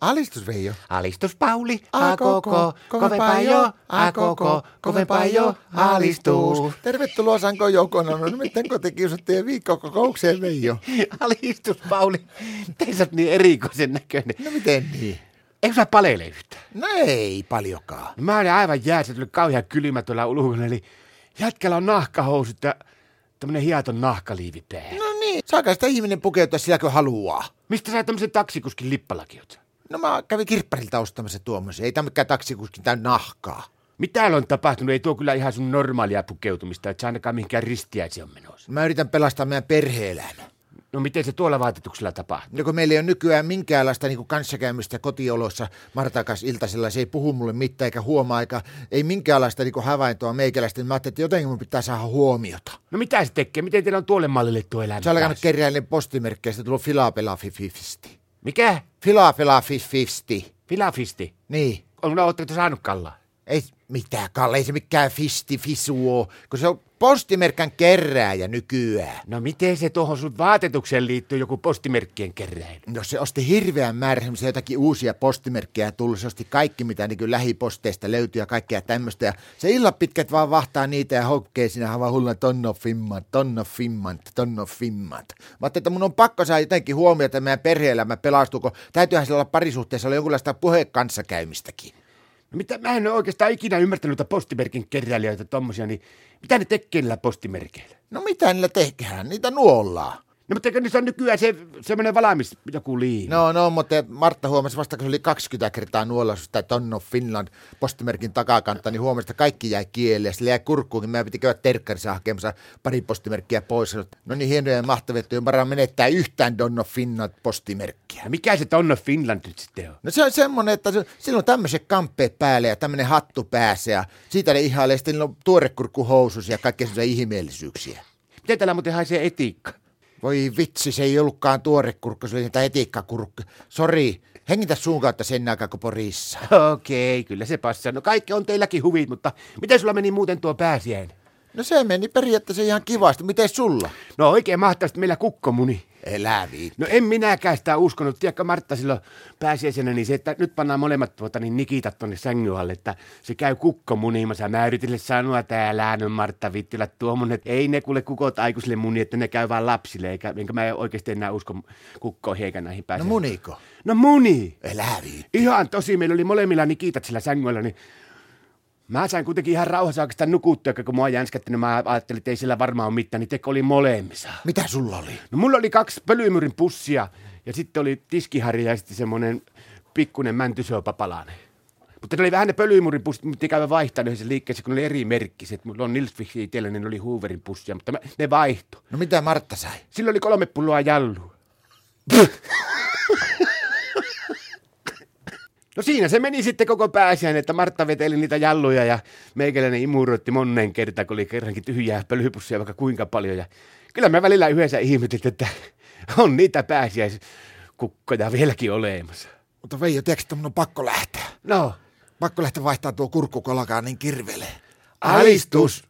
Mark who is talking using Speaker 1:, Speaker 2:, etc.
Speaker 1: Alistus Veijo.
Speaker 2: Alistus Pauli, a koko, kovempaa jo, a koko, kovempaa jo, alistus.
Speaker 1: Tervetuloa Sanko Joukona, no nimittäin kotikiusattujen viikkokokoukseen Veijo.
Speaker 2: Alistus Pauli, teissä oot niin erikoisen näköinen.
Speaker 1: No miten niin?
Speaker 2: Eikö sä paleile yhtään?
Speaker 1: No ei paljonkaan.
Speaker 2: Mä olin aivan jäässä, tuli kauhean kylmä tuolla ulkona, eli jätkällä on nahkahousut ja tämmönen hiaton nahkaliivi päällä.
Speaker 1: No niin, saakaa sitä ihminen pukeutua sillä kun haluaa.
Speaker 2: Mistä sä tämmöisen taksikuskin lippalakin oot?
Speaker 1: No mä kävin kirpparilta ostamassa tuommoisen, ei tämä mikään taksikuskin tää on nahkaa.
Speaker 2: Mitä on tapahtunut? Ei tuo kyllä ihan sun normaalia pukeutumista, et sä ainakaan mihinkään ristiäisiin on menossa.
Speaker 1: Mä yritän pelastaa meidän perhe-elämän.
Speaker 2: No miten se tuolla vaatetuksella tapahtuu?
Speaker 1: No kun meillä ei ole nykyään minkäänlaista niin kanssakäymistä kotiolossa Martakas iltasella, se ei puhu mulle mitään eikä huomaa, eikä ei minkäänlaista niin havaintoa meikäläistä, niin mä ajattelin, että jotenkin mun pitää saada huomiota.
Speaker 2: No mitä se tekee? Miten teillä on tuolle mallille tuo elämä?
Speaker 1: Se on alkanut
Speaker 2: päässyt?
Speaker 1: kerjäilen postimerkkeistä tullut filapelafifisti.
Speaker 2: Mikä?
Speaker 1: Filapelafifisti.
Speaker 2: Filafisti.
Speaker 1: Niin.
Speaker 2: On, no, ootteko te saanut kallaa?
Speaker 1: Ei mitään, Kalle, ei se mikään fisti fisu oo, kun se on postimerkan kerääjä nykyään.
Speaker 2: No miten se tuohon sun vaatetukseen liittyy joku postimerkkien keräily?
Speaker 1: No se osti hirveän määrä semmoisia jotakin uusia postimerkkejä tullut. Se osti kaikki, mitä niin lähiposteista löytyy ja kaikkea tämmöistä. Ja se illan pitkät vaan vahtaa niitä ja hokkee siinä aivan hullan tonno no fimmat, tonno fimmat, tonno fimmat. Mä ajattelin, että mun on pakko saada jotenkin huomiota, että meidän perhe-elämä pelastuu, kun täytyyhän sillä olla parisuhteessa olla jonkunlaista puheen kanssakäymistäkin.
Speaker 2: No mitä, mä en ole oikeastaan ikinä ymmärtänyt noita postimerkin keräilijöitä tommosia, niin mitä ne tekee niillä postimerkeillä?
Speaker 1: No mitä niillä tehdään? Niitä nuollaan.
Speaker 2: No mutta eikö niissä on nykyään se, semmoinen valmis joku liina?
Speaker 1: No, no, mutta Martta huomasi vasta, kun se oli 20 kertaa nuolaisuus tai Tonno Finland postimerkin takakantta, niin huomasi, että kaikki jäi kieleen. Sillä jäi kurkkuunkin, mä piti käydä terkkarissa hakemassa pari postimerkkiä pois. Sanoin, että No niin, hienoja ja mahtavia, että ei varmaan menettää yhtään Donno Finland postimerkkiä.
Speaker 2: Ja mikä se Tonno Finland nyt sitten on?
Speaker 1: No se on semmoinen, että se- sillä on tämmöiset kamppeet päälle ja tämmöinen hattu päässä ja siitä ne ihailee. Sitten niillä on tuorekurkkuhousus ja kaikkia semmoisia ihmeellisyyksiä.
Speaker 2: Miten täällä muuten haisee etiikka?
Speaker 1: Voi vitsi, se ei ollutkaan tuorekurkku, se oli niitä etikkakurkku. Sori, hengitä suun kautta sen aikaa kuin porissa.
Speaker 2: Okei, kyllä se passaa. No kaikki on teilläkin huvit, mutta miten sulla meni muuten tuo pääsiäinen?
Speaker 1: No se meni periaatteessa ihan kivasti. Miten sulla?
Speaker 2: No oikein mahtavasti meillä kukkomuni.
Speaker 1: Elä viitti.
Speaker 2: No en minäkään sitä uskonut. Tiedätkö Martta silloin pääsiäisenä, niin se, että nyt pannaan molemmat tuota, niin nikitat tonne sängyn alle, että se käy kukko munimassa. Mä yritin sille sanoa, että älä nyt Martta vittilä tuommoinen, että ei ne kuule kukot aikuisille muni, että ne käy vaan lapsille, eikä, enkä mä en oikeasti enää usko kukkoihin eikä näihin
Speaker 1: No
Speaker 2: pääsiäisiin.
Speaker 1: muniko?
Speaker 2: No muni!
Speaker 1: Elä viitti.
Speaker 2: Ihan tosi, meillä oli molemmilla nikitat sillä sängyllä, niin Mä sain kuitenkin ihan rauhassa oikeastaan nukuttua, kun mua jänskättänyt, mä ajattelin, että ei sillä varmaan ole mitään, niin teko oli molemmissa.
Speaker 1: Mitä sulla oli?
Speaker 2: No mulla oli kaksi pölymyrin pussia ja sitten oli tiskihari ja sitten semmoinen pikkunen mäntysyöpapalainen. Mutta ne oli vähän ne pölymyrin pussit, mutta käydä vaihtaa ne yhdessä liikkeessä, kun ne oli eri merkkiset. Mulla on Nilsfixi itsellä, niin ne oli Hooverin pussia, mutta mä, ne vaihto.
Speaker 1: No mitä Martta sai?
Speaker 2: Silloin oli kolme pulloa jallua. No siinä se meni sitten koko pääsiäinen, että Martta veteli niitä jalluja ja meikäläinen imuroitti monen kertaan, kun oli kerrankin tyhjää pölypussia vaikka kuinka paljon. Ja kyllä me välillä yhdessä ihmeteltiin, että on niitä pääsiäiskukkoja vieläkin olemassa.
Speaker 1: Mutta Veijo, tiedätkö, että mun on pakko lähteä?
Speaker 2: No,
Speaker 1: Pakko lähteä vaihtaa tuo kurkku, kun alkaa niin kirvelee.
Speaker 2: alistus!